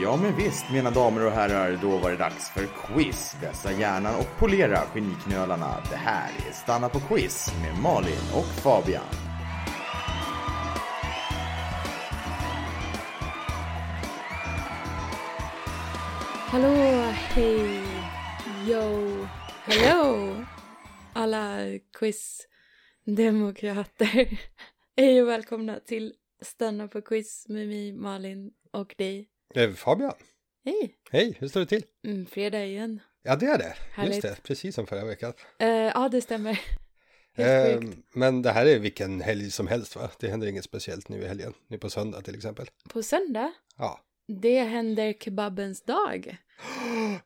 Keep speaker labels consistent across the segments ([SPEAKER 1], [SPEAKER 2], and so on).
[SPEAKER 1] Ja men visst mina damer och herrar, då var det dags för quiz. Vässa hjärnan och polera geniknölarna. Det här är Stanna på quiz med Malin och Fabian.
[SPEAKER 2] Hallå, hej, yo, hello alla quizdemokrater. Hej och välkomna till Stanna på quiz med mig, Malin och dig.
[SPEAKER 3] Eh, Fabian,
[SPEAKER 2] Hej!
[SPEAKER 3] hej, hur står det till?
[SPEAKER 2] Mm, fredag igen.
[SPEAKER 3] Ja, det är det.
[SPEAKER 2] Härligt.
[SPEAKER 3] Just det, precis som förra veckan.
[SPEAKER 2] Eh, ja, det stämmer. Helt
[SPEAKER 3] Eh,
[SPEAKER 2] sjukt.
[SPEAKER 3] men det här är vilken helg som helst, va? Det händer inget speciellt nu i helgen, nu på söndag till exempel.
[SPEAKER 2] På söndag,
[SPEAKER 3] Ja,
[SPEAKER 2] det händer kebabens dag.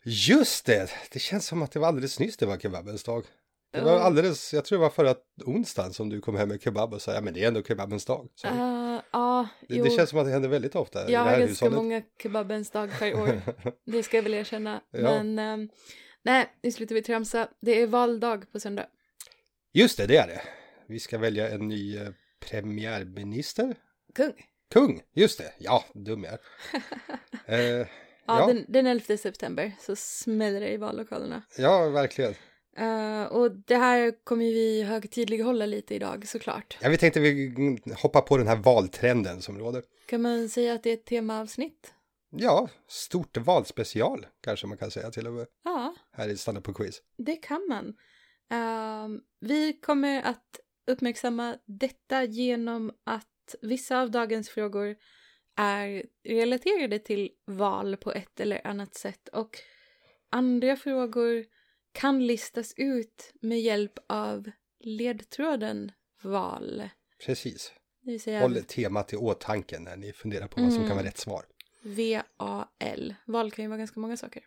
[SPEAKER 3] just det! Det känns som att det var alldeles nyss det var kebabens dag. Det var
[SPEAKER 2] Ja.
[SPEAKER 3] alldeles, jag tror det var förra onsdagen som du kom hem med kebab och sa, ja men det är ändå kebabens dag. Så
[SPEAKER 2] Eh, Ja,
[SPEAKER 3] det,
[SPEAKER 2] jo.
[SPEAKER 3] det känns som att det händer väldigt ofta i
[SPEAKER 2] jag
[SPEAKER 3] det
[SPEAKER 2] har
[SPEAKER 3] här
[SPEAKER 2] ganska
[SPEAKER 3] hushållet.
[SPEAKER 2] många kebabens dag per år. Det ska jag väl erkänna.
[SPEAKER 3] Ja.
[SPEAKER 2] Men ehm, nej, nu slutar vi tramsa. Det är valdag på söndag.
[SPEAKER 3] Just det, det är det. Vi ska välja en ny eh, premiärminister.
[SPEAKER 2] Kung.
[SPEAKER 3] Kung, just det. Ja, dum jag är.
[SPEAKER 2] Ja,
[SPEAKER 3] eh, Ja.
[SPEAKER 2] Den, den 11 september så smäller det i vallokalerna.
[SPEAKER 3] ja, verkligen.
[SPEAKER 2] Eh, och det här kommer ju vi högtidlighålla lite idag såklart.
[SPEAKER 3] Ja, vi tänkte vi hoppa på den här valtrenden som råder.
[SPEAKER 2] Kan man säga att det är ett temaavsnitt?
[SPEAKER 3] Ja, stort valspecial kanske man kan säga till och med
[SPEAKER 2] Ja,
[SPEAKER 3] här i Stanna på quiz.
[SPEAKER 2] det kan man. Ehm, vi kommer att uppmärksamma detta genom att vissa av dagens frågor är relaterade till val på ett eller annat sätt och andra frågor kan listas ut med hjälp av ledtråden val.
[SPEAKER 3] Precis.
[SPEAKER 2] Det vill säga
[SPEAKER 3] Håll temat i åtanke när ni funderar på vad som
[SPEAKER 2] Mm.
[SPEAKER 3] kan vara rätt svar.
[SPEAKER 2] VAL. Val kan ju vara ganska många saker.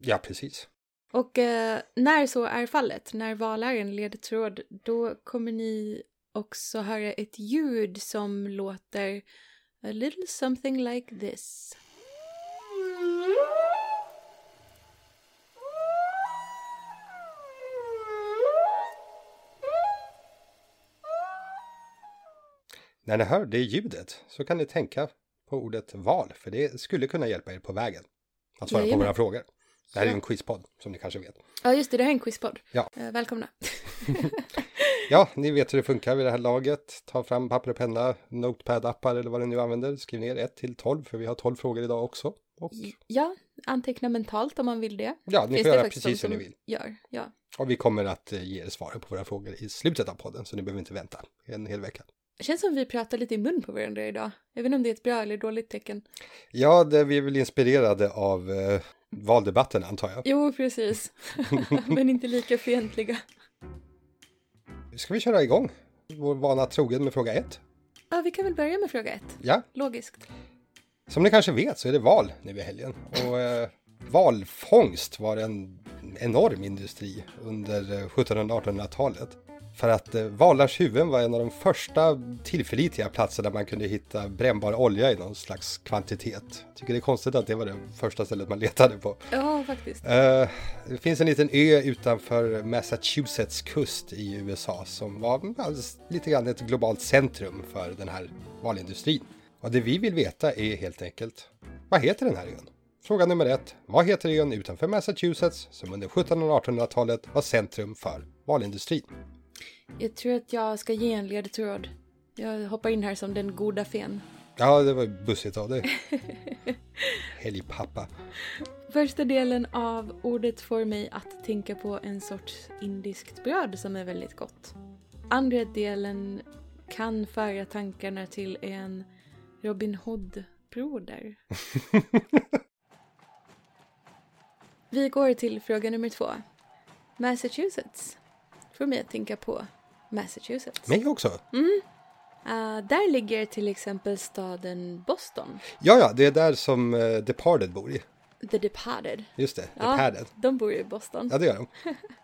[SPEAKER 3] Ja, precis.
[SPEAKER 2] Och eh, när så är fallet, när val är en ledtråd, då kommer ni också höra ett ljud som låter a little something like this.
[SPEAKER 3] När ni hör det ljudet så kan ni tänka på ordet val, för det skulle kunna hjälpa er på vägen att svara på
[SPEAKER 2] Jajamän.
[SPEAKER 3] våra frågor. Det här är
[SPEAKER 2] Ja.
[SPEAKER 3] ju en quizpodd, som ni kanske vet.
[SPEAKER 2] Ja just det, det här är en quizpodd.
[SPEAKER 3] Ja.
[SPEAKER 2] Eh, välkomna.
[SPEAKER 3] Ja, ni vet hur det funkar vid det här laget. Ta fram papper och penna, notepad-appar eller vad ni nu använder. Skriv ner 1 till 12, för vi har 12 frågor idag också. Och
[SPEAKER 2] Ja, anteckna mentalt om man vill det.
[SPEAKER 3] ja, ni
[SPEAKER 2] Finns
[SPEAKER 3] får
[SPEAKER 2] det
[SPEAKER 3] göra
[SPEAKER 2] faktiskt
[SPEAKER 3] precis
[SPEAKER 2] de
[SPEAKER 3] hur ni
[SPEAKER 2] som
[SPEAKER 3] vill.
[SPEAKER 2] Gör, ja.
[SPEAKER 3] Och vi kommer att eh, ge er svaren på våra frågor i slutet av podden, så ni behöver inte vänta en hel vecka.
[SPEAKER 2] Det känns som vi pratar lite i mun på varandra idag. Jag vet inte om det är ett bra eller dåligt tecken.
[SPEAKER 3] Ja, det, vi är väl inspirerade av eh, valdebatten antar jag.
[SPEAKER 2] Jo, precis. Men inte lika fientliga.
[SPEAKER 3] Ska vi köra igång? Vår vana trogen med fråga 1.
[SPEAKER 2] Ja, vi kan väl börja med fråga ett.
[SPEAKER 3] Ja,
[SPEAKER 2] Logiskt.
[SPEAKER 3] som ni kanske vet så är det val nu i helgen. Och eh, valfångst var en enorm industri under eh, 1700-1800-talet. För att eh, valars huvuden var en av de första tillförlitliga platser där man kunde hitta brännbar olja i någon slags kvantitet. Jag tycker det är konstigt att det var det första stället man letade på.
[SPEAKER 2] Ja, faktiskt.
[SPEAKER 3] Eh, det finns en liten ö utanför Massachusetts kust i USA som var mm, alldeles lite grann ett globalt centrum för den här valindustrin. Och det vi vill veta är helt enkelt, vad heter den här ön? Fråga nummer ett, vad heter ön utanför Massachusetts som under 1700 och 1800-talet var centrum för valindustrin?
[SPEAKER 2] Jag tror att jag ska ge en ledtråd. Jag hoppar in här som den goda fen.
[SPEAKER 3] Ja, det var ju bussigt av dig. Helgpappa.
[SPEAKER 2] Första delen av ordet får mig att tänka på en sorts indiskt bröd som är väldigt gott. Andra delen kan föra tankarna till en Robin Hood-broder. Vi går till fråga nummer två. Massachusetts får mig att tänka på Massachusetts.
[SPEAKER 3] Mig också?
[SPEAKER 2] Eh, där ligger till exempel staden Boston,
[SPEAKER 3] Ja, ja, det är där som eh, Departed bor i.
[SPEAKER 2] The Departed.
[SPEAKER 3] Just det,
[SPEAKER 2] Ja,
[SPEAKER 3] Departed.
[SPEAKER 2] de bor i Boston.
[SPEAKER 3] Ja, det gör de.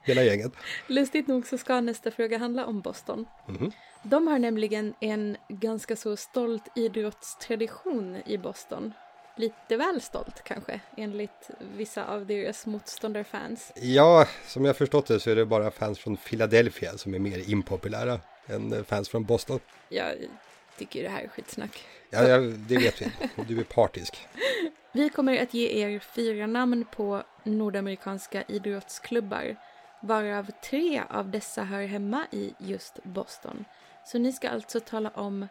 [SPEAKER 3] Hela gänget.
[SPEAKER 2] Lustigt nog så ska nästa fråga handla om Boston.
[SPEAKER 3] Mhm.
[SPEAKER 2] De har nämligen en ganska så stolt idrottstradition i Boston. Lite väl stolt kanske, enligt vissa av deras motståndarfans.
[SPEAKER 3] Ja, som jag förstått det så är det bara fans från Philadelphia som är mer impopulära än eh, fans från Boston.
[SPEAKER 2] Jag tycker det här är skitsnack.
[SPEAKER 3] Ja, ja det vet vi. Du är partisk.
[SPEAKER 2] Vi kommer att ge er fyra namn på nordamerikanska idrottsklubbar varav tre av dessa hör hemma i just Boston. Så ni ska alltså tala om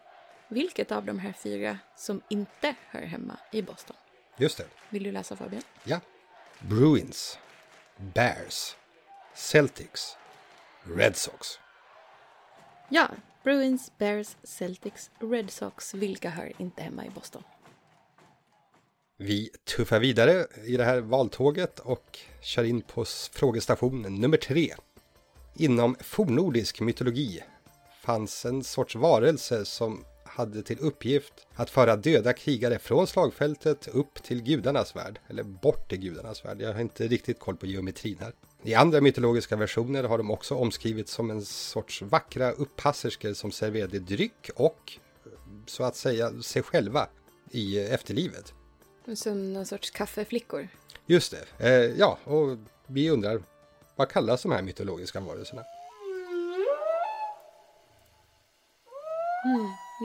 [SPEAKER 2] vilket av de här fyra som inte hör hemma i Boston.
[SPEAKER 3] Just det.
[SPEAKER 2] Vill du läsa Fabian?
[SPEAKER 3] Ja. Bruins. Bears. Celtics. Red Sox.
[SPEAKER 2] Ja, Bruins, Bears, Celtics, Red Sox. Vilka hör inte hemma i Boston?
[SPEAKER 3] Vi tuffar vidare i det här valtåget och kör in på s- frågestation nummer tre. Inom fornnordisk mytologi fanns en sorts varelse som hade till uppgift att föra döda krigare från slagfältet upp till gudarnas värld, eller bort till gudarnas värld. Jag har inte riktigt koll på geometrin här. I andra mytologiska versioner har de också omskrivits som en sorts vackra upphasserskor som serverade dryck och så att säga sig själva i efterlivet.
[SPEAKER 2] Som någon sorts kaffeflickor.
[SPEAKER 3] Just det. Eh, ja, och vi undrar vad kallas de här mytologiska varelserna?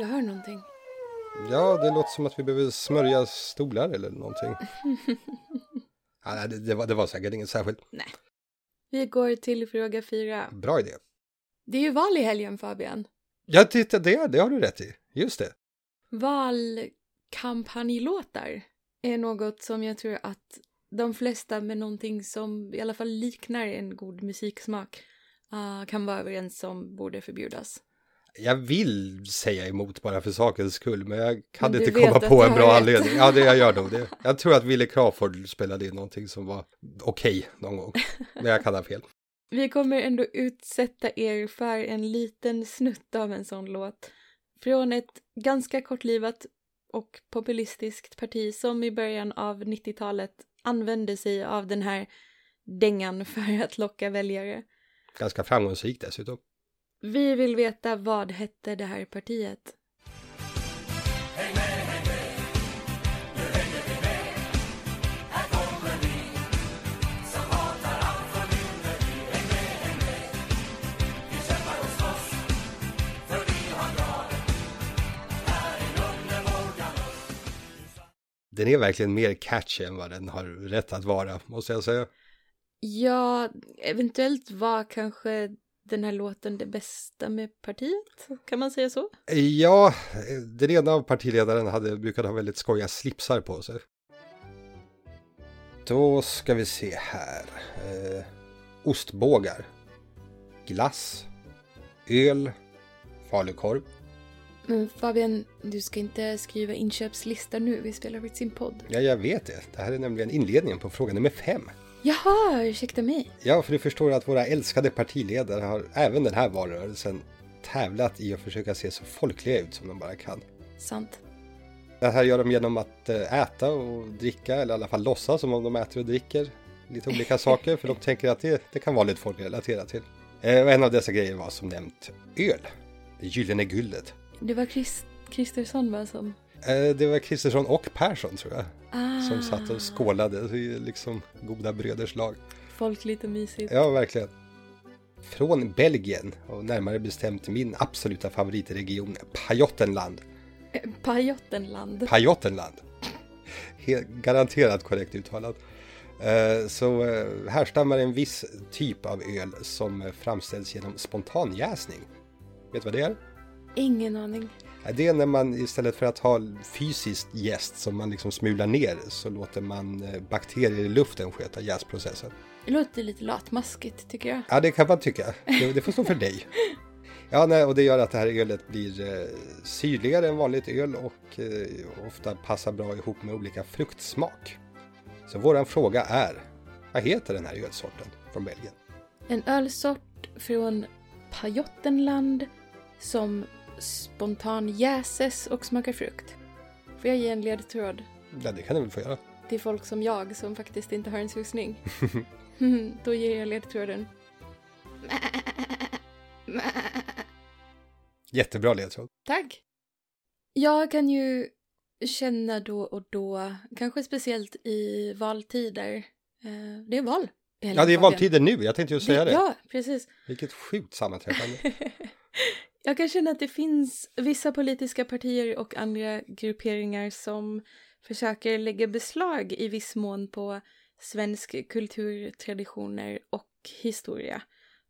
[SPEAKER 2] Jag hör någonting.
[SPEAKER 3] Ja, det låter som att vi behöver smörja stolar eller någonting. ja, nej, det, det, var, det var säkert inget särskilt
[SPEAKER 2] Vi går till fråga fyra.
[SPEAKER 3] bra idé.
[SPEAKER 2] Det är ju val i helgen, Fabian.
[SPEAKER 3] Ja, titta, det, det har du rätt i. Just det.
[SPEAKER 2] Valkampanjlåtar är något som jag tror att de flesta med någonting som i alla fall liknar en god musiksmak ah, kan vara överens om borde förbjudas.
[SPEAKER 3] Jag vill säga emot bara för sakens skull, men jag kan
[SPEAKER 2] Men du
[SPEAKER 3] inte
[SPEAKER 2] vet
[SPEAKER 3] komma
[SPEAKER 2] att
[SPEAKER 3] på
[SPEAKER 2] du
[SPEAKER 3] en
[SPEAKER 2] har
[SPEAKER 3] bra
[SPEAKER 2] rätt.
[SPEAKER 3] anledning. Ja, det jag gör nog det. Jag tror att Wille Crawford spelade in någonting som var okej någon gång, men jag kan ha fel.
[SPEAKER 2] Vi kommer ändå utsätta er för en liten snutt av en sån låt från ett ganska kortlivat och populistiskt parti som i början av 90-talet använde sig av den här dängan för att locka väljare.
[SPEAKER 3] Ganska framgångsrikt dessutom.
[SPEAKER 2] Vi vill veta vad hette det här partiet?
[SPEAKER 3] Den är verkligen mer catchy än vad den har rätt att vara, måste jag säga.
[SPEAKER 2] Ja, eventuellt var kanske den här låten det bästa med partiet? Kan man säga så?
[SPEAKER 3] Ja, den ena av partiledaren hade brukat ha väldigt skojiga slipsar på sig. Då ska vi se här. Eh, ostbågar. Glass. Öl. Falukorv.
[SPEAKER 2] Men Fabian, du ska inte skriva inköpslista nu, vi spelar ut sin podd.
[SPEAKER 3] Ja, jag vet det. Det här är nämligen inledningen på fråga nummer fem.
[SPEAKER 2] Jaha, ursäkta mig.
[SPEAKER 3] Ja, för du förstår att våra älskade partiledare har även den här valrörelsen tävlat i att försöka se så folkliga ut som de bara kan.
[SPEAKER 2] Sant.
[SPEAKER 3] Det Eh, här gör de genom att eh, äta och dricka, eller i alla fall låtsas som om de äter och dricker lite olika saker, för de tänker att det, det kan vara lite folk relatera till. Eh, Och en av dessa grejer var som nämnt öl, det gyllene guldet.
[SPEAKER 2] Det var Chris- Kristersson va som...
[SPEAKER 3] Eh, Det var Kristersson och Persson tror jag,
[SPEAKER 2] Ah,
[SPEAKER 3] som satt och skålade, Det är liksom goda bröders lag.
[SPEAKER 2] Folk lite mysigt.
[SPEAKER 3] Ja, verkligen. Från Belgien, och närmare bestämt min absoluta favoritregion, Pajottenland.
[SPEAKER 2] Eh, Pajottenland.
[SPEAKER 3] Pajottenland. Helt garanterat korrekt uttalat. Eh, Så eh, härstammar en viss typ av öl som eh, framställs genom spontanjäsning. Vet du vad det är?
[SPEAKER 2] Ingen aning.
[SPEAKER 3] Eh, Det är när man istället för att ha fysiskt jäst som man liksom smular ner så låter man eh, bakterier i luften sköta jäsprocessen.
[SPEAKER 2] Det låter lite latmaskigt tycker jag.
[SPEAKER 3] Ja, det kan man tycka. Det, det får stå för dig. Ja, nej, och det gör att det här ölet blir eh, syrligare än vanligt öl och eh, ofta passar bra ihop med olika fruktsmak. Så våran fråga är, vad heter den här ölsorten från Belgien?
[SPEAKER 2] En ölsort från Pajottenland som spontan jäses och smakar frukt. Får jag ge en ledtråd
[SPEAKER 3] Ja, det kan du väl få göra.
[SPEAKER 2] till folk som jag som faktiskt inte har en susning? Hmm, Då ger jag ledtråden.
[SPEAKER 3] Jättebra ledtråd.
[SPEAKER 2] Tack! Jag kan ju känna då och då, kanske speciellt i valtider. Eh, Det är val.
[SPEAKER 3] Ja, det är valtider nu. Jag tänkte ju säga det.
[SPEAKER 2] Ja, precis.
[SPEAKER 3] Vilket sjukt sammanträffande.
[SPEAKER 2] Jag kan känna att det finns vissa politiska partier och andra grupperingar som försöker lägga beslag i viss mån på svensk kultur, traditioner och historia.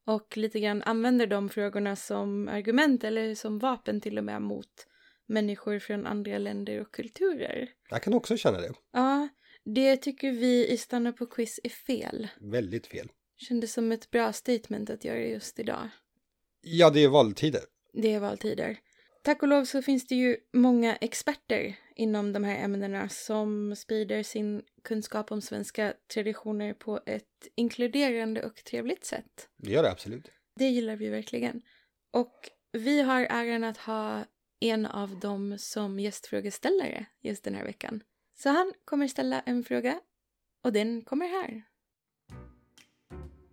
[SPEAKER 2] Och lite grann använder de frågorna som argument eller som vapen till och med mot människor från andra länder och kulturer.
[SPEAKER 3] Jag kan också känna det.
[SPEAKER 2] Ja, det tycker vi i Stanna på quiz är fel.
[SPEAKER 3] Väldigt fel.
[SPEAKER 2] Kändes som ett bra statement att göra just idag.
[SPEAKER 3] Ja, det är valtider.
[SPEAKER 2] Det är valtider. Tack och lov så finns det ju många experter inom de här ämnena som sprider sin kunskap om svenska traditioner på ett inkluderande och trevligt sätt.
[SPEAKER 3] Det gör det absolut.
[SPEAKER 2] Det gillar vi verkligen. Och vi har äran att ha en av dem som gästfrågeställare just den här veckan. Så han kommer ställa en fråga och den kommer här.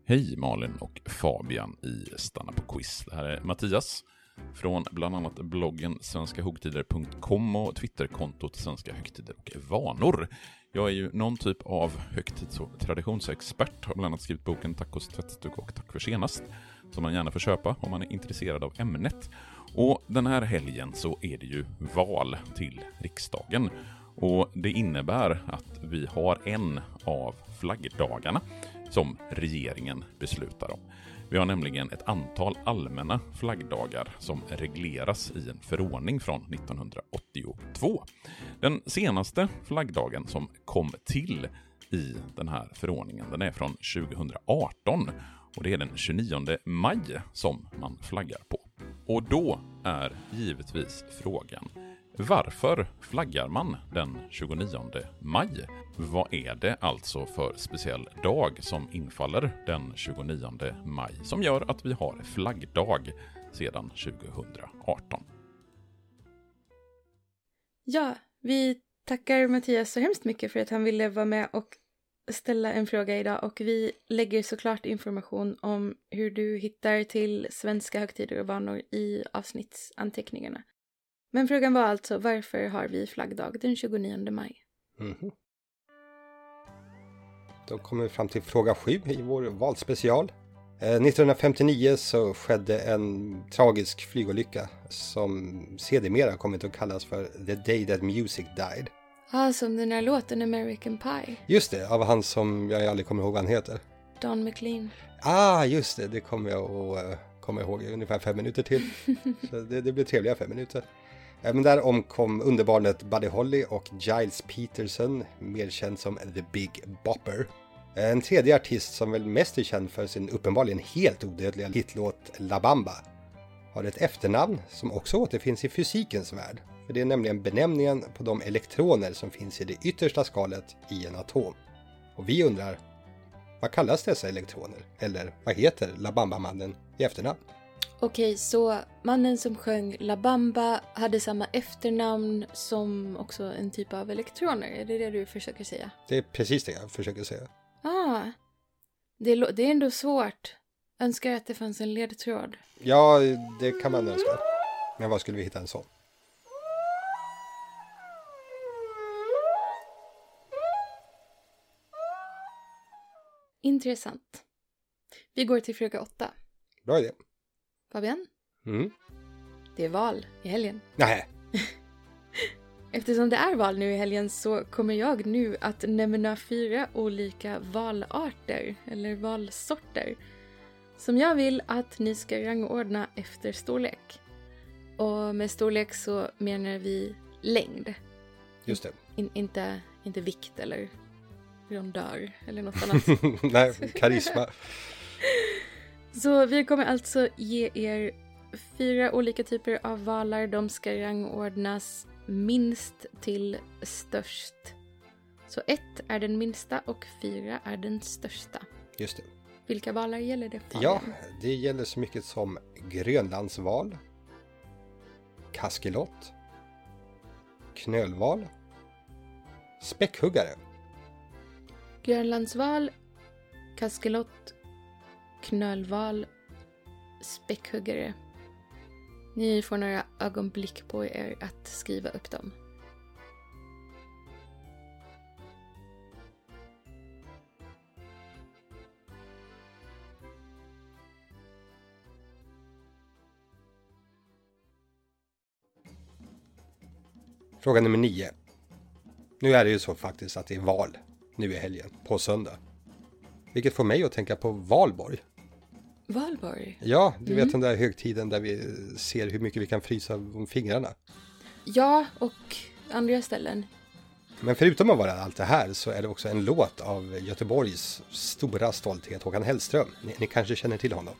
[SPEAKER 4] Hej Malin och Fabian i Stanna på quiz. Det här är Mattias från bland annat bloggen svenskahögtider.com och Twitterkontot Svenska högtider och vanor. Jag är ju någon typ av högtids och traditionsexpert, har bland annat skrivit boken Tacos tvättstuga och Tack för senast, som man gärna får köpa om man är intresserad av ämnet. Och den här helgen så är det ju val till riksdagen. Och det innebär att vi har en av flaggdagarna som regeringen beslutar om. Vi har nämligen ett antal allmänna flaggdagar som regleras i en förordning från 1982. Den senaste flaggdagen som kom till i den här förordningen, den är från 2018 och det är den 29 maj som man flaggar på. Och då är givetvis frågan varför flaggar man den 29 maj? Vad är det alltså för speciell dag som infaller den 29 maj som gör att vi har flaggdag sedan 2018?
[SPEAKER 2] Ja, vi tackar Mattias så hemskt mycket för att han ville vara med och ställa en fråga idag och vi lägger såklart information om hur du hittar till svenska högtider och vanor i avsnittsanteckningarna. Men frågan var alltså varför har vi flaggdag den 29 maj?
[SPEAKER 3] Mhm. Då kommer vi fram till fråga 7 i vår valspecial. Eh, 1959 så skedde en tragisk flygolycka som sedermera kommit att kallas för The Day That Music Died.
[SPEAKER 2] Ja, ah, som den här låten American Pie,
[SPEAKER 3] Just det, av han som jag aldrig kommer ihåg vad han heter.
[SPEAKER 2] Don McLean.
[SPEAKER 3] Ah, just det, det kommer jag att eh, komma ihåg i ungefär fem minuter till. Så det, det blir trevliga fem minuter. Eh, Men där omkom underbarnet Buddy Holly och Giles Peterson, mer känd som The Big Bopper. Eh, En tredje artist som väl mest är känd för sin uppenbarligen helt odödliga hitlåt La Bamba har ett efternamn som också återfinns i fysikens värld. För det är nämligen benämningen på de elektroner som finns i det yttersta skalet i en atom. Och vi undrar, vad kallas dessa elektroner? Eller vad heter La Bamba-mannen i efternamn?
[SPEAKER 2] Okej, så mannen som sjöng La Bamba hade samma efternamn som också en typ av elektroner, är det det du försöker säga?
[SPEAKER 3] Det är precis det jag försöker säga.
[SPEAKER 2] Ah, det, lå- det är ändå svårt. Önskar att det fanns en ledtråd.
[SPEAKER 3] Ja, det kan man önska. Men var skulle vi hitta en sån?
[SPEAKER 2] Intressant. Vi går till fråga åtta.
[SPEAKER 3] Bra idé.
[SPEAKER 2] Fabian,
[SPEAKER 3] Mm.
[SPEAKER 2] det är val i helgen.
[SPEAKER 3] Nej,
[SPEAKER 2] Eftersom det är val nu i helgen så kommer jag nu att nämna fyra olika valarter, eller valsorter, som jag vill att ni ska rangordna efter storlek. Och med storlek så menar vi längd,
[SPEAKER 3] just det.
[SPEAKER 2] In, inte, inte vikt eller rondör eller något annat.
[SPEAKER 3] Nej, karisma.
[SPEAKER 2] Så vi kommer alltså ge er fyra olika typer av valar. De ska rangordnas minst till störst. Så ett är den minsta och fyra är den största.
[SPEAKER 3] Just det.
[SPEAKER 2] Vilka valar gäller det? Fabian?
[SPEAKER 3] Ja, det gäller så mycket som Grönlandsval, Kaskelot, Knölval, Späckhuggare.
[SPEAKER 2] Grönlandsval, kaskelot, knölval, späckhuggare. Ni får några ögonblick på er att skriva upp dem.
[SPEAKER 3] Fråga nummer 9. Nu är det ju så faktiskt att det är val nu i helgen, på söndag. Vilket får mig att tänka på valborg.
[SPEAKER 2] Valborg?
[SPEAKER 3] Ja, du vet den där högtiden där vi ser hur mycket vi kan frysa om fingrarna.
[SPEAKER 2] Ja, och andra ställen.
[SPEAKER 3] Men förutom att vara allt det här så är det också en låt av Göteborgs stora stolthet Håkan Hellström. Ni, ni kanske känner till honom?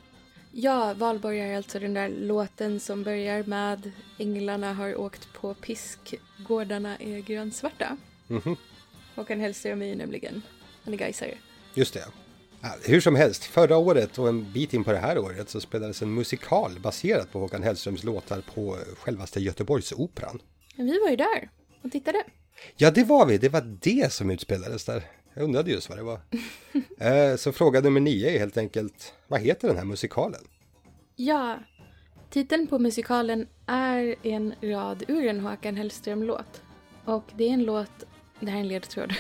[SPEAKER 2] Ja, Valborg är alltså den där låten som börjar med Änglarna har åkt på pisk, gårdarna är grönsvarta.
[SPEAKER 3] Mhm.
[SPEAKER 2] Håkan Hellström är ju nämligen, han är gaisare.
[SPEAKER 3] Just det. Ja, hur som helst, förra året och en bit in på det här året så spelades en musikal baserat på Håkan Hellströms låtar på självaste Göteborgsoperan.
[SPEAKER 2] Men vi var ju där och tittade.
[SPEAKER 3] Ja, det var vi. Det var det som utspelades där. Jag undrade just vad det var. Eh, så fråga nummer nio är helt enkelt, vad heter den här musikalen?
[SPEAKER 2] Ja, titeln på musikalen är en rad ur en Håkan Hellström-låt. Och det är en låt, det här är en ledtråd.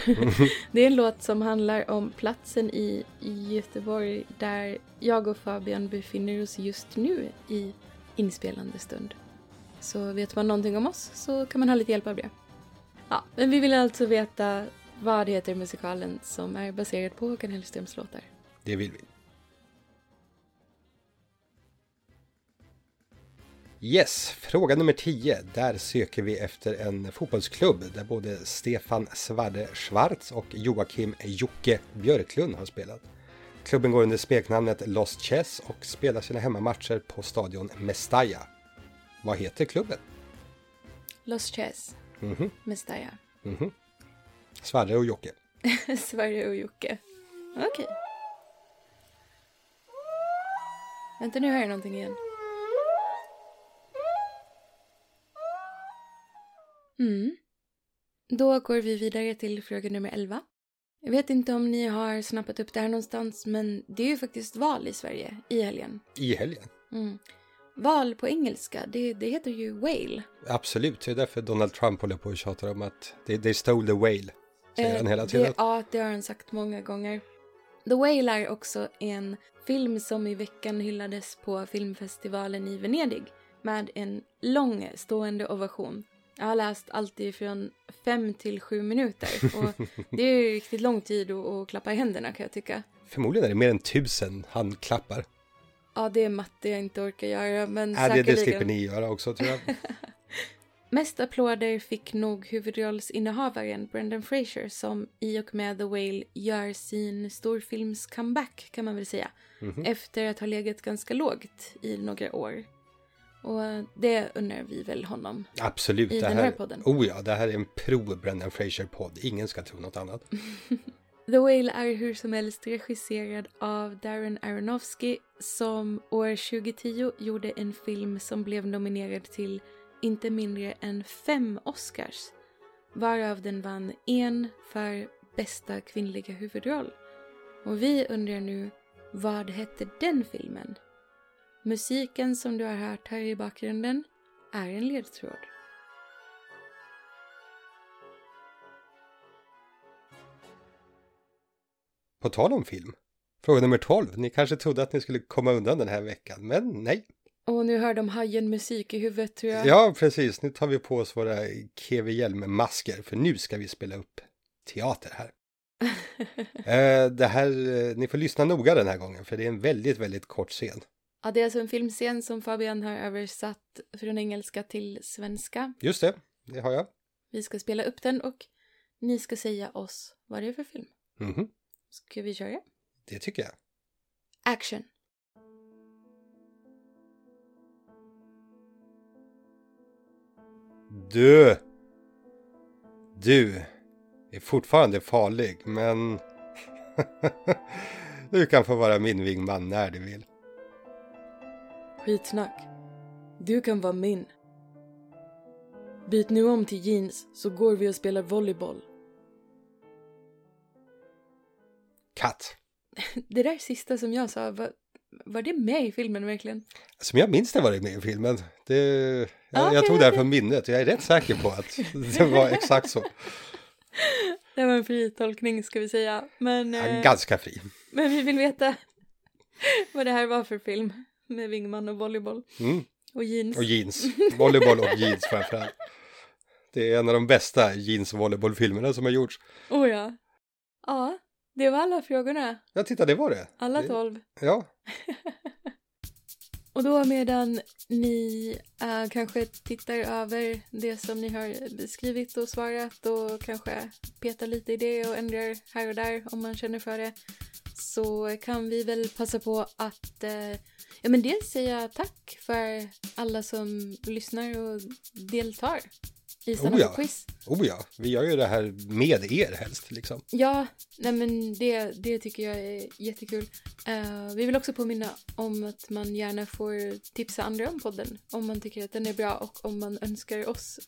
[SPEAKER 2] det är en låt som handlar om platsen i, i Göteborg där jag och Fabian befinner oss just nu i inspelande stund. Så vet man någonting om oss så kan man ha lite hjälp av det. Ja, men vi vill alltså veta vad heter musikalen som är baserad på Håkan Hellströms låtar.
[SPEAKER 3] Det vill vi. Yes, fråga nummer 10. Där söker vi efter en fotbollsklubb där både Stefan Svade Schwarz och Joakim Jocke Björklund har spelat. Klubben går under smeknamnet Lost Chess och spelar sina hemmamatcher på stadion Mestalla. Vad heter klubben?
[SPEAKER 2] Los Chess,
[SPEAKER 3] Mhm,
[SPEAKER 2] Mestalla.
[SPEAKER 3] mhm. Svade och Jocke.
[SPEAKER 2] Sverige och Jocke. Okej. Vänta, nu hör jag någonting igen. Mm. Då går vi vidare till fråga nummer 11. Jag vet inte om ni har snappat upp det här någonstans, men det är ju faktiskt val i Sverige i helgen.
[SPEAKER 3] I helgen.
[SPEAKER 2] Mm. Val på engelska, det, det heter ju whale.
[SPEAKER 3] Absolut, det är därför Donald Trump håller på och tjatar om att they, they stole the whale. Säger han hela
[SPEAKER 2] Eh,
[SPEAKER 3] tiden.
[SPEAKER 2] Det, ja, det har han sagt många gånger. The Whale är också en film som i veckan hyllades på filmfestivalen i Venedig med en lång stående ovation. Jag har läst allt ifrån fem till sju minuter och det är ju riktigt lång tid att, att klappa i händerna kan jag tycka.
[SPEAKER 3] Förmodligen är det mer än tusen handklappar.
[SPEAKER 2] Ja, det är matte jag inte orkar göra men
[SPEAKER 3] Nej, Äh, det, det
[SPEAKER 2] säkerligen.
[SPEAKER 3] slipper ni göra också tror jag.
[SPEAKER 2] Mest applåder fick nog huvudrollsinnehavaren Brendan Fraser som i och med The Whale gör sin storfilms-comeback kan man väl säga. Efter att ha legat ganska lågt i några år. Och det undrar vi väl honom.
[SPEAKER 3] Absolut.
[SPEAKER 2] I
[SPEAKER 3] det
[SPEAKER 2] den här podden.
[SPEAKER 3] Oh ja, det här är en pro Brendan Fraser-podd. Ingen ska tro något annat.
[SPEAKER 2] The Whale är hur som helst regisserad av Darren Aronofsky som år 2010 gjorde en film som blev nominerad till inte mindre än fem Oscars. Varav den vann en för bästa kvinnliga huvudroll. Och vi undrar nu, vad hette den filmen? Musiken som du har hört här i bakgrunden är en ledtråd.
[SPEAKER 3] På tal om film. Fråga nummer 12. Ni kanske trodde att ni skulle komma undan den här veckan, men nej.
[SPEAKER 2] Och nu hör de hajen musik i huvudet tror jag.
[SPEAKER 3] Ja, precis. Nu tar vi på oss våra KV Hjelm-masker, för nu ska vi spela upp teater här. Eh, det här, eh, ni får lyssna noga den här gången, för det är en väldigt, väldigt kort scen.
[SPEAKER 2] Ja, det är alltså en filmscen som Fabian har översatt från engelska till svenska.
[SPEAKER 3] Just det, det har jag.
[SPEAKER 2] Vi ska spela upp den och ni ska säga oss vad det är för film.
[SPEAKER 3] Mhm,
[SPEAKER 2] Ska vi köra?
[SPEAKER 3] det tycker jag.
[SPEAKER 2] Action!
[SPEAKER 3] Du! Du är fortfarande farlig, men du kan få vara min vingman när du vill.
[SPEAKER 2] Skitsnack. Du kan vara min. Byt nu om till jeans så går vi och spelar volleyboll.
[SPEAKER 3] Katt!
[SPEAKER 2] Det där sista som jag sa, var, var det med i filmen verkligen?
[SPEAKER 3] Som jag minns det var det med i filmen. Det, jag,
[SPEAKER 2] Ja,
[SPEAKER 3] jag
[SPEAKER 2] okej,
[SPEAKER 3] tog det här
[SPEAKER 2] okej.
[SPEAKER 3] från minnet och jag är rätt säker på att det var exakt så.
[SPEAKER 2] Det var en fri tolkning ska vi säga. Men,
[SPEAKER 3] Ja,
[SPEAKER 2] eh,
[SPEAKER 3] Ganska fri.
[SPEAKER 2] men vi vill veta vad det här var för film med vingman och volleyboll
[SPEAKER 3] Mm.
[SPEAKER 2] och jeans.
[SPEAKER 3] Och jeans. Volleyboll och jeans framförallt. Det är en av de bästa jeansvolleybollfilmerna som har gjorts.
[SPEAKER 2] Oh ja. Ja, det var alla frågorna.
[SPEAKER 3] Ja, titta, det var det.
[SPEAKER 2] Alla
[SPEAKER 3] det,
[SPEAKER 2] tolv.
[SPEAKER 3] Ja,
[SPEAKER 2] Och då medan ni eh, kanske tittar över det som ni har skrivit och svarat och kanske petar lite i det och ändrar här och där om man känner för det så kan vi väl passa på att eh, ja, men dels säga tack för alla som lyssnar och deltar i Stanna
[SPEAKER 3] Oh ja.
[SPEAKER 2] på quiz.
[SPEAKER 3] oh ja, vi gör ju det här med er helst liksom.
[SPEAKER 2] Ja, nej men det, det tycker jag är jättekul. Eh, vi vill också påminna om att man gärna får tipsa andra om podden om man tycker att den är bra och om man önskar oss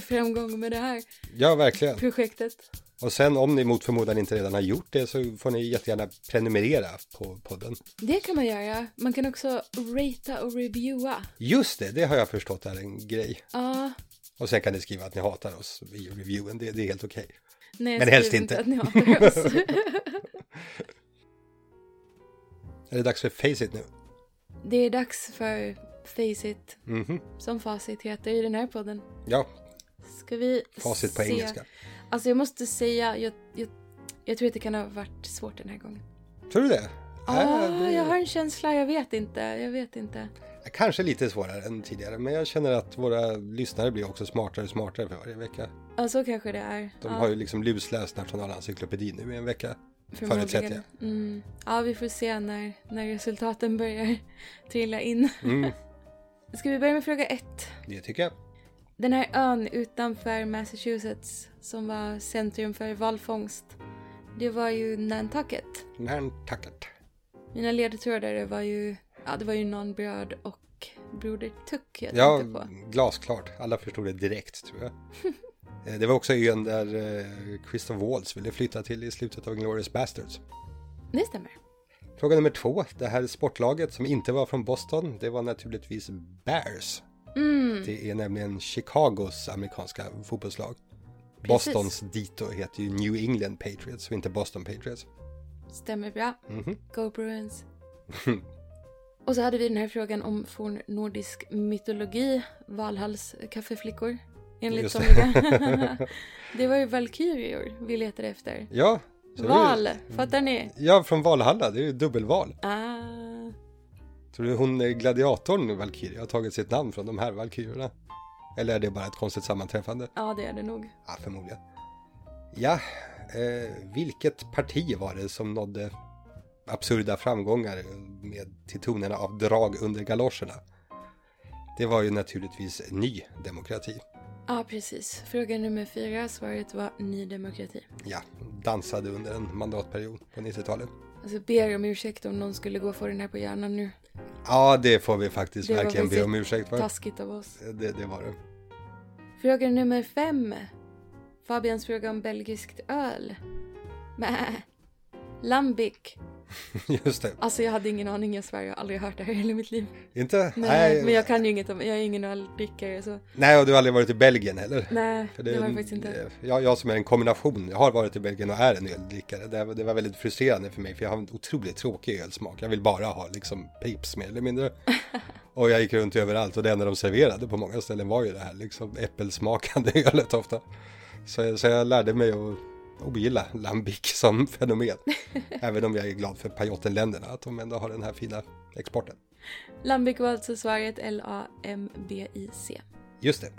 [SPEAKER 2] framgång med det här
[SPEAKER 3] Ja, verkligen.
[SPEAKER 2] projektet.
[SPEAKER 3] Och sen om ni mot förmodan inte redan har gjort det så får ni jättegärna prenumerera på podden.
[SPEAKER 2] Det kan man göra. Man kan också ratea och reviewa.
[SPEAKER 3] Just det, det har jag förstått är en grej.
[SPEAKER 2] Ja,
[SPEAKER 3] Och sen kan ni skriva att ni hatar oss i reviewen, det, det är helt okej.
[SPEAKER 2] nej, jag
[SPEAKER 3] Men helst
[SPEAKER 2] skriver
[SPEAKER 3] inte.
[SPEAKER 2] att ni hatar oss.
[SPEAKER 3] Är det dags för Faceit nu?
[SPEAKER 2] det är dags för Faceit,
[SPEAKER 3] Mhm.
[SPEAKER 2] som Facit heter i den här podden.
[SPEAKER 3] Ja,
[SPEAKER 2] Ska vi
[SPEAKER 3] facit på
[SPEAKER 2] se-
[SPEAKER 3] engelska.
[SPEAKER 2] Alltså jag måste säga, jag, jag, jag tror att det kan ha varit svårt den här gången.
[SPEAKER 3] Tror du det?
[SPEAKER 2] Ja,
[SPEAKER 3] Äh, det-
[SPEAKER 2] Ah, jag har en känsla. Jag vet inte. Jag vet inte.
[SPEAKER 3] Kanske lite svårare än tidigare, men jag känner att våra lyssnare blir också smartare och smartare för varje vecka.
[SPEAKER 2] Ja, så kanske det är.
[SPEAKER 3] De
[SPEAKER 2] ja,
[SPEAKER 3] har ju liksom lusläst Nationalencyklopedin nu i en vecka.
[SPEAKER 2] förmodligen.
[SPEAKER 3] förutsätter
[SPEAKER 2] Mm. Ja, vi får se när, när resultaten börjar trilla in.
[SPEAKER 3] Mm,
[SPEAKER 2] Ska vi börja med fråga ett?
[SPEAKER 3] det tycker jag.
[SPEAKER 2] Den här ön utanför Massachusetts som var centrum för valfångst. Det var ju Nantucket.
[SPEAKER 3] Den här tacket.
[SPEAKER 2] Mina ledtrådar var ju, ja det var ju Nanbröd och Broder Tuck jag
[SPEAKER 3] Ja,
[SPEAKER 2] tänkte på.
[SPEAKER 3] glasklart. Alla förstod det direkt, tror jag. Eh, Det var också ön där eh, Christoph Waltz ville flytta till i slutet av Glorious Bastards.
[SPEAKER 2] Det stämmer.
[SPEAKER 3] Fråga nummer två. Det här sportlaget som inte var från Boston, det var naturligtvis Bears. Det är nämligen Chicagos amerikanska fotbollslag. Bostons dito heter ju New England Patriots och inte Boston Patriots.
[SPEAKER 2] Stämmer bra.
[SPEAKER 3] Mhm.
[SPEAKER 2] Go Bruins. Och så hade vi den här frågan om fornnordisk mytologi, Valhalls kaffeflickor, enligt
[SPEAKER 3] Just
[SPEAKER 2] somliga. det var ju valkyrior vi letade efter.
[SPEAKER 3] Ja, så det är ju-
[SPEAKER 2] Val, fattar ni?
[SPEAKER 3] Ja, från Valhalla. Det är ju dubbelval.
[SPEAKER 2] Ah,
[SPEAKER 3] Tror du hon eh, gladiatorn Valkyrie har tagit sitt namn från de här valkyrierna? Eller är det bara ett konstigt sammanträffande?
[SPEAKER 2] ja, det är det nog.
[SPEAKER 3] Ja, förmodligen. Ja, eh, vilket parti var det som nådde absurda framgångar med till tonerna av drag under galoscherna? Det var ju naturligtvis Ny Demokrati.
[SPEAKER 2] Ja, precis. Fråga nummer fyra, svaret var Ny Demokrati.
[SPEAKER 3] Ja, dansade under en mandatperiod på 90-talet.
[SPEAKER 2] Alltså ber om ursäkt om någon skulle gå och få den här på hjärnan nu.
[SPEAKER 3] Ja, det får vi faktiskt
[SPEAKER 2] Det var
[SPEAKER 3] verkligen be
[SPEAKER 2] precis
[SPEAKER 3] om ursäkt för.
[SPEAKER 2] Taskigt av oss.
[SPEAKER 3] Det, det var det.
[SPEAKER 2] Fråga nummer fem. Fabians fråga om belgiskt öl. Mäh. Lambic.
[SPEAKER 3] Just det.
[SPEAKER 2] Alltså jag hade ingen aning, jag svär, jag har aldrig hört det här i hela mitt liv.
[SPEAKER 3] Inte?
[SPEAKER 2] Nej, men jag kan ju inget om, jag är ingen öldrickare så.
[SPEAKER 3] Nej, och du har aldrig varit i Belgien heller?
[SPEAKER 2] Nej,
[SPEAKER 3] För
[SPEAKER 2] det,
[SPEAKER 3] är
[SPEAKER 2] har jag
[SPEAKER 3] en-
[SPEAKER 2] faktiskt inte.
[SPEAKER 3] eh, Jag, jag som är en kombination, jag har varit i Belgien och är en öldrickare. Det, var- det var väldigt frustrerande för mig för jag har en otroligt tråkig ölsmak. Jag vill bara ha liksom pips mer eller mindre. Och jag gick runt överallt och det enda de serverade på många ställen var ju det här liksom äppelsmakande ölet ofta. Så, jag- så jag lärde mig att ogilla lambic som fenomen. Även om jag är glad för Pajottenländerna, att de ändå har den här fina exporten.
[SPEAKER 2] Lambic var alltså svaret L-A-M-B-I-C.
[SPEAKER 3] Just det.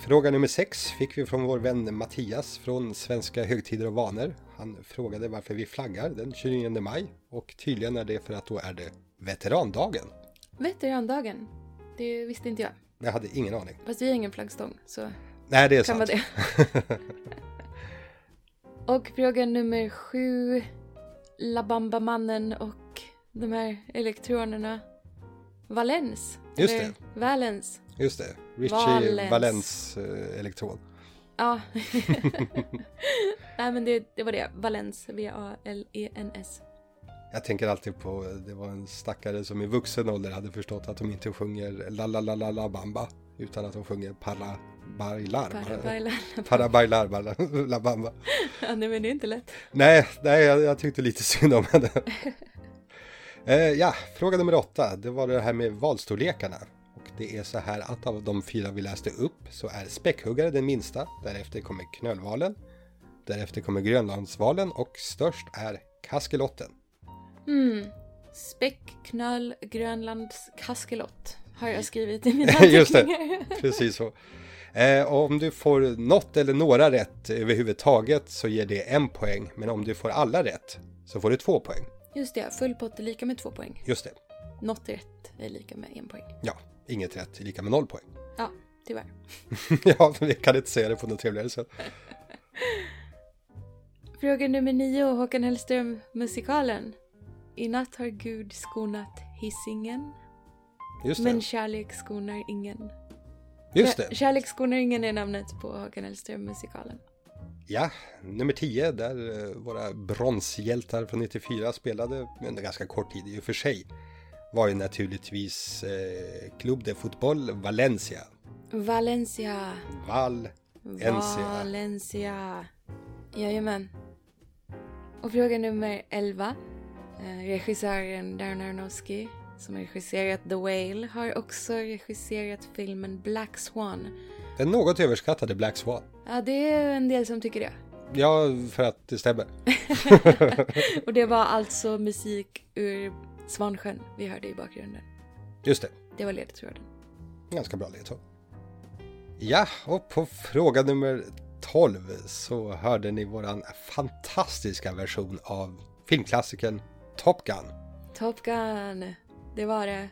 [SPEAKER 3] Fråga nummer sex fick vi från vår vän Mattias från Svenska högtider och vanor. Han frågade varför vi flaggar den 29 maj och tydligen är det för att då är det veterandagen.
[SPEAKER 2] Veterandagen. Det visste inte jag.
[SPEAKER 3] Jag hade ingen aning.
[SPEAKER 2] Fast vi har ingen flaggstång så
[SPEAKER 3] Nej, det är
[SPEAKER 2] kan
[SPEAKER 3] sant.
[SPEAKER 2] vara det. och fråga nummer sju. La Bamba-mannen och de här elektronerna. Valens.
[SPEAKER 3] Just
[SPEAKER 2] eller Valens.
[SPEAKER 3] Just det. Richie
[SPEAKER 2] Valens.
[SPEAKER 3] Valens eh, elektron.
[SPEAKER 2] Ja. Nej men det, det var det. Valens. E V-A-L-E-N-S.
[SPEAKER 3] Jag tänker alltid på, det var en stackare som i vuxen ålder hade förstått att de inte sjunger la la la la la bamba utan att de sjunger para bailar.
[SPEAKER 2] Para
[SPEAKER 3] bara.
[SPEAKER 2] bailar.
[SPEAKER 3] Para bailar, bara, la bamba.
[SPEAKER 2] Ja, nej men det är inte lätt.
[SPEAKER 3] Nej, nej jag, jag tyckte lite synd om henne. eh, ja, fråga nummer åtta. Det var det här med valstorlekarna. Och Det är så här att av de fyra vi läste upp så är späckhuggare den minsta. Därefter kommer knölvalen. Därefter kommer grönlandsvalen och störst är kaskelotten.
[SPEAKER 2] Mm. Späck, knöl, Grönlands kaskelott har jag skrivit i mina
[SPEAKER 3] Just det.
[SPEAKER 2] anteckningar.
[SPEAKER 3] Precis så. Eh, och om du får något eller några rätt överhuvudtaget så ger det en poäng. Men om du får alla rätt så får du två poäng.
[SPEAKER 2] Just det, full pott är lika med två poäng.
[SPEAKER 3] Just det.
[SPEAKER 2] Något rätt är lika med en poäng.
[SPEAKER 3] Ja, inget rätt är lika med noll poäng.
[SPEAKER 2] Ja, tyvärr.
[SPEAKER 3] ja, vi kan inte säga det på något trevligare sätt.
[SPEAKER 2] Fråga nummer nio, Håkan Hellström-musikalen. I natt har Gud skonat Hisingen,
[SPEAKER 3] Just det.
[SPEAKER 2] men kärlek skonar ingen.
[SPEAKER 3] Just
[SPEAKER 2] Kär-
[SPEAKER 3] det.
[SPEAKER 2] Kärlek skonar ingen är namnet på Håkan Hellström-musikalen.
[SPEAKER 3] Ja, nummer 10 där eh, våra bronshjältar från 94 spelade under ganska kort tid i och för sig var ju naturligtvis eh, Club de Fotboll Valencia.
[SPEAKER 2] Valencia.
[SPEAKER 3] Val. Valencia.
[SPEAKER 2] Valencia. Jajamän. Och fråga nummer 11. Eh, Regissören Darren Aronofsky som har regisserat The Whale har också regisserat filmen Black Swan.
[SPEAKER 3] Den något överskattade Black Swan.
[SPEAKER 2] Ja, det är en del som tycker det.
[SPEAKER 3] Ja, för att det stämmer.
[SPEAKER 2] Och det var alltså musik ur Svansjön vi hörde i bakgrunden.
[SPEAKER 3] Just det.
[SPEAKER 2] Det var ledtråden.
[SPEAKER 3] Ganska bra ledtråd. Ja, och på fråga nummer 12 så hörde ni våran fantastiska version av filmklassikern Top Gun.
[SPEAKER 2] Top Gun, det var det.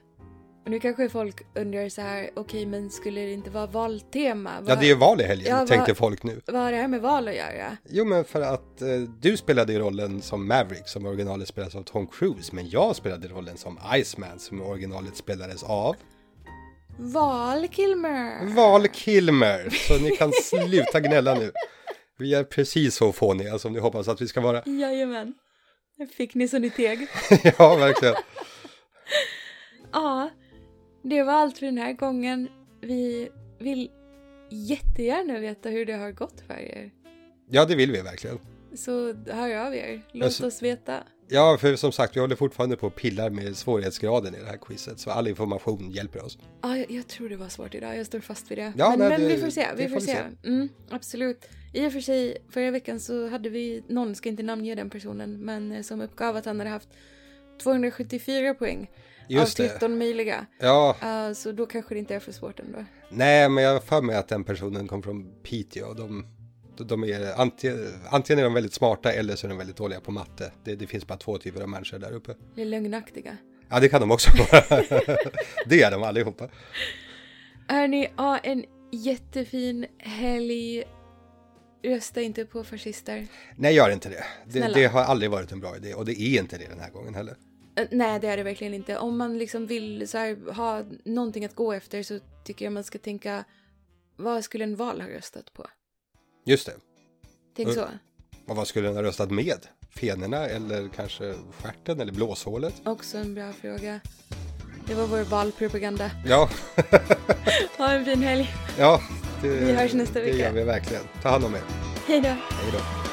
[SPEAKER 2] Och nu kanske folk undrar så här, okej men skulle det inte vara valtema?
[SPEAKER 3] Ja, det är ju val i helgen,
[SPEAKER 2] Ja, vad-
[SPEAKER 3] tänkte folk nu.
[SPEAKER 2] Vad har det här med val att göra?
[SPEAKER 3] Jo, men för att eh, du spelade ju rollen som Maverick som i originalet spelades av Tom Cruise, men jag spelade rollen som Iceman som i originalet spelades av
[SPEAKER 2] Val Kilmer!
[SPEAKER 3] Val Kilmer. Så ni kan sluta gnälla nu. Vi är precis så fåniga som ni hoppas att vi ska vara.
[SPEAKER 2] Jajamän. Det fick ni så ni teg.
[SPEAKER 3] ja, verkligen.
[SPEAKER 2] Ja, det var allt för den här gången. Vi vill jättegärna veta hur det har gått för er.
[SPEAKER 3] Ja, det vill vi verkligen.
[SPEAKER 2] Så hör av er. Låt
[SPEAKER 3] Alltså-
[SPEAKER 2] oss veta.
[SPEAKER 3] Ja, för som sagt, vi håller fortfarande på och pillar med svårighetsgraden i det här quizet, så all information hjälper oss.
[SPEAKER 2] Ja, jag, jag tror det var svårt idag. Jag står fast vid det.
[SPEAKER 3] Ja,
[SPEAKER 2] men
[SPEAKER 3] nej,
[SPEAKER 2] men
[SPEAKER 3] det-
[SPEAKER 2] vi får se.
[SPEAKER 3] det
[SPEAKER 2] Vi får, se. Mm, absolut. I och för sig, förra veckan så hade vi, någon ska inte namnge den personen, men eh, som uppgav att han hade haft 274 poäng
[SPEAKER 3] Just
[SPEAKER 2] av
[SPEAKER 3] det.
[SPEAKER 2] 13 möjliga.
[SPEAKER 3] Ja,
[SPEAKER 2] Eh, så då kanske det inte är för svårt ändå.
[SPEAKER 3] nej, men jag har för mig att den personen kom från Piteå. och De, de är, antingen, antingen är de väldigt smarta eller så är de väldigt dåliga på matte. Det, det finns bara två typer av människor där uppe.
[SPEAKER 2] Det är lögnaktiga.
[SPEAKER 3] Ja, det kan de också vara. det är de allihopa.
[SPEAKER 2] Hörni, ha en jättefin helg. Rösta inte på fascister.
[SPEAKER 3] Nej, gör inte det. Det,
[SPEAKER 2] Snälla.
[SPEAKER 3] det har aldrig varit en bra idé och det är inte det den här gången heller.
[SPEAKER 2] Eh, Nej, det är det verkligen inte. Om man liksom vill så här, ha någonting att gå efter så tycker jag man ska tänka vad skulle en val ha röstat på?
[SPEAKER 3] Just det.
[SPEAKER 2] Tänk
[SPEAKER 3] Mm.
[SPEAKER 2] så.
[SPEAKER 3] Och vad skulle den ha röstat med? Fenorna eller kanske stjärten eller blåshålet?
[SPEAKER 2] Också en bra fråga. Det var vår valpropaganda.
[SPEAKER 3] Ja,
[SPEAKER 2] Ha en fin helg.
[SPEAKER 3] ja. Det,
[SPEAKER 2] Vi hörs nästa
[SPEAKER 3] Det
[SPEAKER 2] vecka.
[SPEAKER 3] gör vi verkligen. Ta hand om er.
[SPEAKER 2] Hej då.
[SPEAKER 3] Hej då.